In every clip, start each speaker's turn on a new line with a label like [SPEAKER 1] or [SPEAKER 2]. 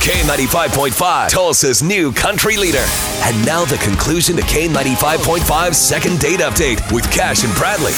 [SPEAKER 1] K95.5, Tulsa's new country leader. And now the conclusion to K95.5's second date update with Cash and Bradley.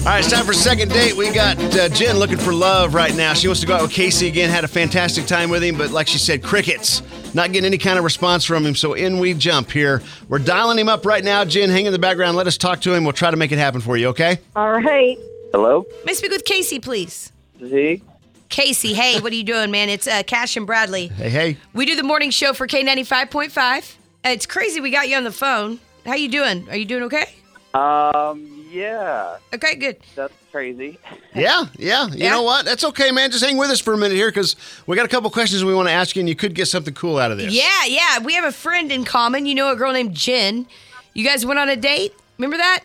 [SPEAKER 2] All right, it's time for second date. We got uh, Jen looking for love right now. She wants to go out with Casey again. Had a fantastic time with him, but like she said, crickets. Not getting any kind of response from him. So in we jump here. We're dialing him up right now. Jen, hang in the background. Let us talk to him. We'll try to make it happen for you. Okay?
[SPEAKER 3] All right.
[SPEAKER 4] Hello?
[SPEAKER 5] May I speak with Casey, please?
[SPEAKER 4] Z?
[SPEAKER 5] Casey, hey, what are you doing, man? It's uh, Cash and Bradley.
[SPEAKER 2] Hey, hey.
[SPEAKER 5] We do the morning show for K95.5. Uh, It's crazy we got you on the phone. How you doing? Are you doing okay?
[SPEAKER 4] Um, yeah.
[SPEAKER 5] Okay, good.
[SPEAKER 4] That's crazy.
[SPEAKER 2] Yeah, yeah. You
[SPEAKER 5] Yeah?
[SPEAKER 2] know what? That's okay, man. Just hang with us for a minute here because we got a couple questions we want to ask you, and you could get something cool out of this.
[SPEAKER 5] Yeah, yeah. We have a friend in common. You know a girl named Jen. You guys went on a date. Remember that?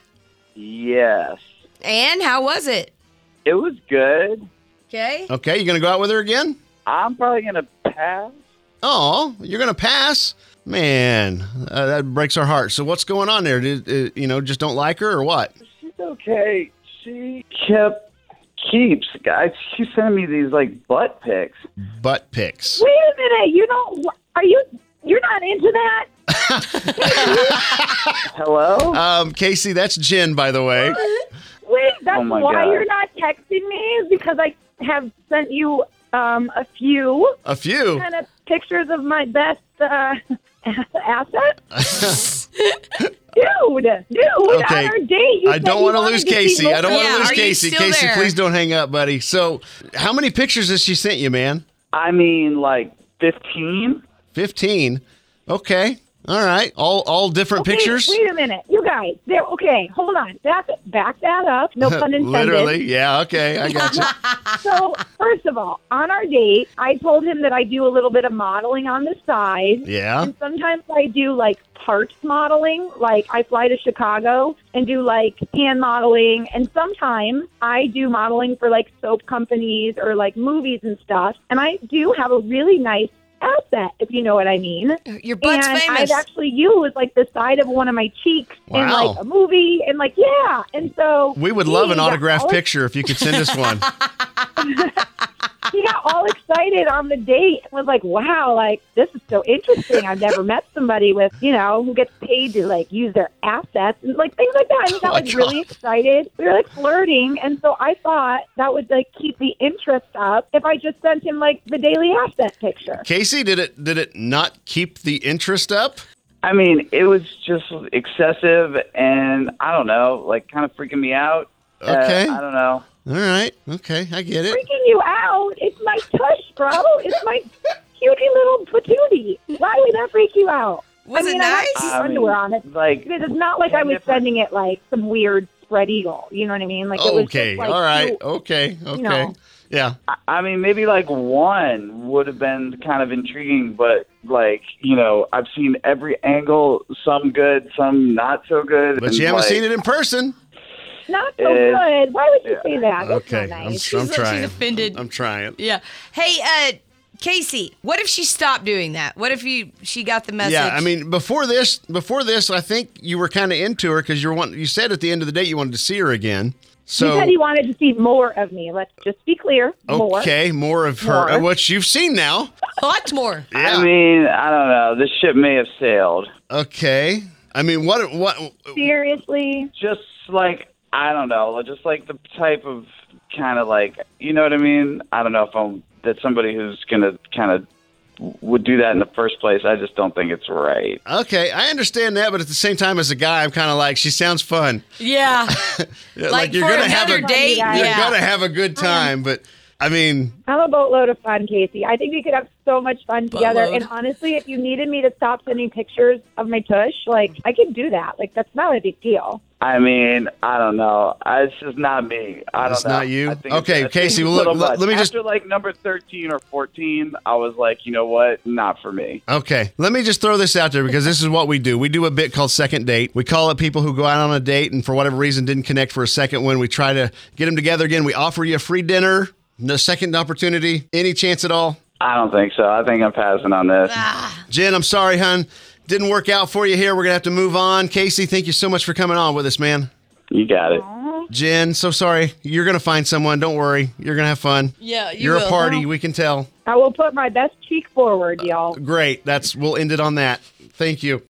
[SPEAKER 4] Yes.
[SPEAKER 5] And how was it?
[SPEAKER 4] It was good.
[SPEAKER 5] Okay.
[SPEAKER 2] Okay, you gonna go out with her again?
[SPEAKER 4] I'm probably going to pass.
[SPEAKER 2] Oh, you're gonna pass, man. Uh, that breaks our heart. So what's going on there? Did, uh, you know, just don't like her or what?
[SPEAKER 4] She's okay. She kept keeps, guys. She sent me these, like, butt pics.
[SPEAKER 2] Butt pics.
[SPEAKER 3] Wait a minute. You don't. Are you? You're not into that.
[SPEAKER 4] Hello?
[SPEAKER 2] Um, Casey, that's Jen, by the way.
[SPEAKER 3] Wait. That's
[SPEAKER 4] Oh my
[SPEAKER 3] why
[SPEAKER 4] God.
[SPEAKER 3] you're not texting me. Is because I have sent you um, a few
[SPEAKER 2] A few.
[SPEAKER 3] kind of pictures of my best uh, asset. dude, dude.
[SPEAKER 2] Okay.
[SPEAKER 3] On our date, you
[SPEAKER 2] I
[SPEAKER 3] said
[SPEAKER 2] don't
[SPEAKER 3] you
[SPEAKER 2] want to
[SPEAKER 3] wanted
[SPEAKER 2] lose
[SPEAKER 3] see
[SPEAKER 2] Casey. I
[SPEAKER 3] more
[SPEAKER 2] don't want
[SPEAKER 5] Yeah,
[SPEAKER 2] to lose
[SPEAKER 5] are you
[SPEAKER 2] Casey.
[SPEAKER 5] still
[SPEAKER 2] Casey,
[SPEAKER 5] there?
[SPEAKER 2] please don't hang up, buddy. So, how many pictures has she sent you, man?
[SPEAKER 4] I mean, like, 15?
[SPEAKER 2] 15. Okay. All right. All all different
[SPEAKER 3] Wait,
[SPEAKER 2] pictures?
[SPEAKER 3] Wait, a minute, you guys. There. Okay, hold on. Back back that up. No pun intended.
[SPEAKER 2] Literally. Yeah, okay. I got you.
[SPEAKER 3] So first of all, on our date, I told him that I do a little bit of modeling on the side.
[SPEAKER 2] Yeah.
[SPEAKER 3] And sometimes I do like parts modeling. Like I fly to Chicago and do like hand modeling. And sometimes I do modeling for like soap companies or like movies and stuff. And I do have a really nice asset, if you know what I mean.
[SPEAKER 5] Your butt's
[SPEAKER 3] and
[SPEAKER 5] famous.
[SPEAKER 3] I've actually used like the side of one of my cheeks in
[SPEAKER 2] Wow.
[SPEAKER 3] like a movie and like yeah. And so
[SPEAKER 2] We would love an
[SPEAKER 3] he got
[SPEAKER 2] autographed
[SPEAKER 5] oh.
[SPEAKER 3] all-
[SPEAKER 2] picture if you could send us one.
[SPEAKER 3] He got all excited on the date and was like, Wow, like this is so interesting. I've never met somebody with, you know, who gets paid to like use their assets and like things like that. And he got
[SPEAKER 2] my
[SPEAKER 3] like really excited. We were like flirting and so I thought that would like keep the interest up if I just sent him like the daily asset picture.
[SPEAKER 2] Casey, did it did it not keep the interest up?
[SPEAKER 4] I mean, it was just excessive and, I don't know, like, kind of freaking me out. Uh,
[SPEAKER 2] Okay.
[SPEAKER 4] I don't know.
[SPEAKER 2] All right. Okay. I get it.
[SPEAKER 3] Freaking you out. It's my tush, bro. It's my cutie little patootie. Why would that freak you out?
[SPEAKER 5] Was
[SPEAKER 3] I
[SPEAKER 5] it
[SPEAKER 3] mean, I had
[SPEAKER 5] nice?
[SPEAKER 3] some
[SPEAKER 4] I mean,
[SPEAKER 3] underwear on it.
[SPEAKER 4] Like,
[SPEAKER 3] Because it's not like I was
[SPEAKER 4] different-
[SPEAKER 3] sending it like some weird spread eagle. You know what I mean? Like it was just,
[SPEAKER 2] Okay.
[SPEAKER 3] like,
[SPEAKER 2] All right.
[SPEAKER 3] cute.
[SPEAKER 2] Okay. Okay.
[SPEAKER 3] know.
[SPEAKER 2] Yeah.
[SPEAKER 4] I mean, maybe like one would have been kind of intriguing, but like you know, I've seen every angle, some good, some not so good.
[SPEAKER 2] But you haven't seen it in person.
[SPEAKER 3] Not so
[SPEAKER 4] Uh,
[SPEAKER 3] good. Why would you
[SPEAKER 4] yeah.
[SPEAKER 3] say that? That's
[SPEAKER 2] Okay.
[SPEAKER 3] not
[SPEAKER 2] I'm,
[SPEAKER 3] nice.
[SPEAKER 2] I'm
[SPEAKER 5] She's- she's
[SPEAKER 2] trying.
[SPEAKER 5] offended.
[SPEAKER 2] I'm trying.
[SPEAKER 5] yeah. Hey, uh, Casey, what if she stopped doing that? What if you she got the message?
[SPEAKER 2] Yeah, I mean, before this, before this, I think you were kind of into her because you were want, You said at the end of the day you wanted to see her again.
[SPEAKER 3] He
[SPEAKER 2] So
[SPEAKER 3] said he wanted to see more of me. Let's just be clear. More.
[SPEAKER 2] okay, more of her,
[SPEAKER 3] More.
[SPEAKER 2] what you've seen now.
[SPEAKER 5] lots more.
[SPEAKER 2] Yeah.
[SPEAKER 4] I mean, I don't know. This ship may have sailed.
[SPEAKER 2] Okay, I mean, what, what?
[SPEAKER 3] Seriously.
[SPEAKER 4] Just like I don't know, just like the type of kind of like you know what I mean. I don't know if I'm that somebody who's gonna kind of would do that in the first place. I just don't think it's right.
[SPEAKER 2] Okay, I understand that, but at the same time, as a guy, I'm kind of like, she sounds fun.
[SPEAKER 5] Yeah.
[SPEAKER 2] Yeah,
[SPEAKER 5] like,
[SPEAKER 2] you're
[SPEAKER 5] for
[SPEAKER 2] gonna have
[SPEAKER 5] another
[SPEAKER 2] a,
[SPEAKER 5] date.
[SPEAKER 3] You're
[SPEAKER 2] you're
[SPEAKER 5] yeah. Uh-huh.
[SPEAKER 2] gonna have a good time, but I mean,
[SPEAKER 3] I'm a boatload of fun, Casey. I think we could have so much fun together.
[SPEAKER 5] Boatload.
[SPEAKER 3] And honestly, if you needed me to stop sending pictures of my tush, like I could do that. Like that's not a big deal.
[SPEAKER 4] I mean, I don't know. I, it's just not me. I don't
[SPEAKER 2] It's
[SPEAKER 4] know.
[SPEAKER 2] not you?
[SPEAKER 4] I
[SPEAKER 2] Okay,
[SPEAKER 4] think it's- I think
[SPEAKER 2] Casey,
[SPEAKER 4] it's
[SPEAKER 2] well, look,
[SPEAKER 4] a little
[SPEAKER 2] let-
[SPEAKER 4] much.
[SPEAKER 2] let me just-
[SPEAKER 4] After like number thirteen or fourteen, I was like, you know what? Not for me.
[SPEAKER 2] Okay, let me just throw this out there because this is what we do. We do a bit called second date. We call it people who go out on a date and for whatever reason didn't connect for a second one. We try to get them together again. We offer you a free dinner, no second opportunity, any chance at all.
[SPEAKER 4] I don't think so. I think I'm passing on this.
[SPEAKER 2] Jen, I'm sorry, hun. Didn't work out for you here. We're gonna have to move on. Casey, thank you so much for coming on with us, man.
[SPEAKER 4] You got it.
[SPEAKER 2] Jen, so sorry. You're gonna find someone. Don't worry. You're gonna have fun.
[SPEAKER 5] Yeah, you
[SPEAKER 2] You're a
[SPEAKER 5] will.
[SPEAKER 2] party. We can tell.
[SPEAKER 3] I will put my best cheek forward, y'all.
[SPEAKER 2] Great. That's we'll end it on that. Thank you.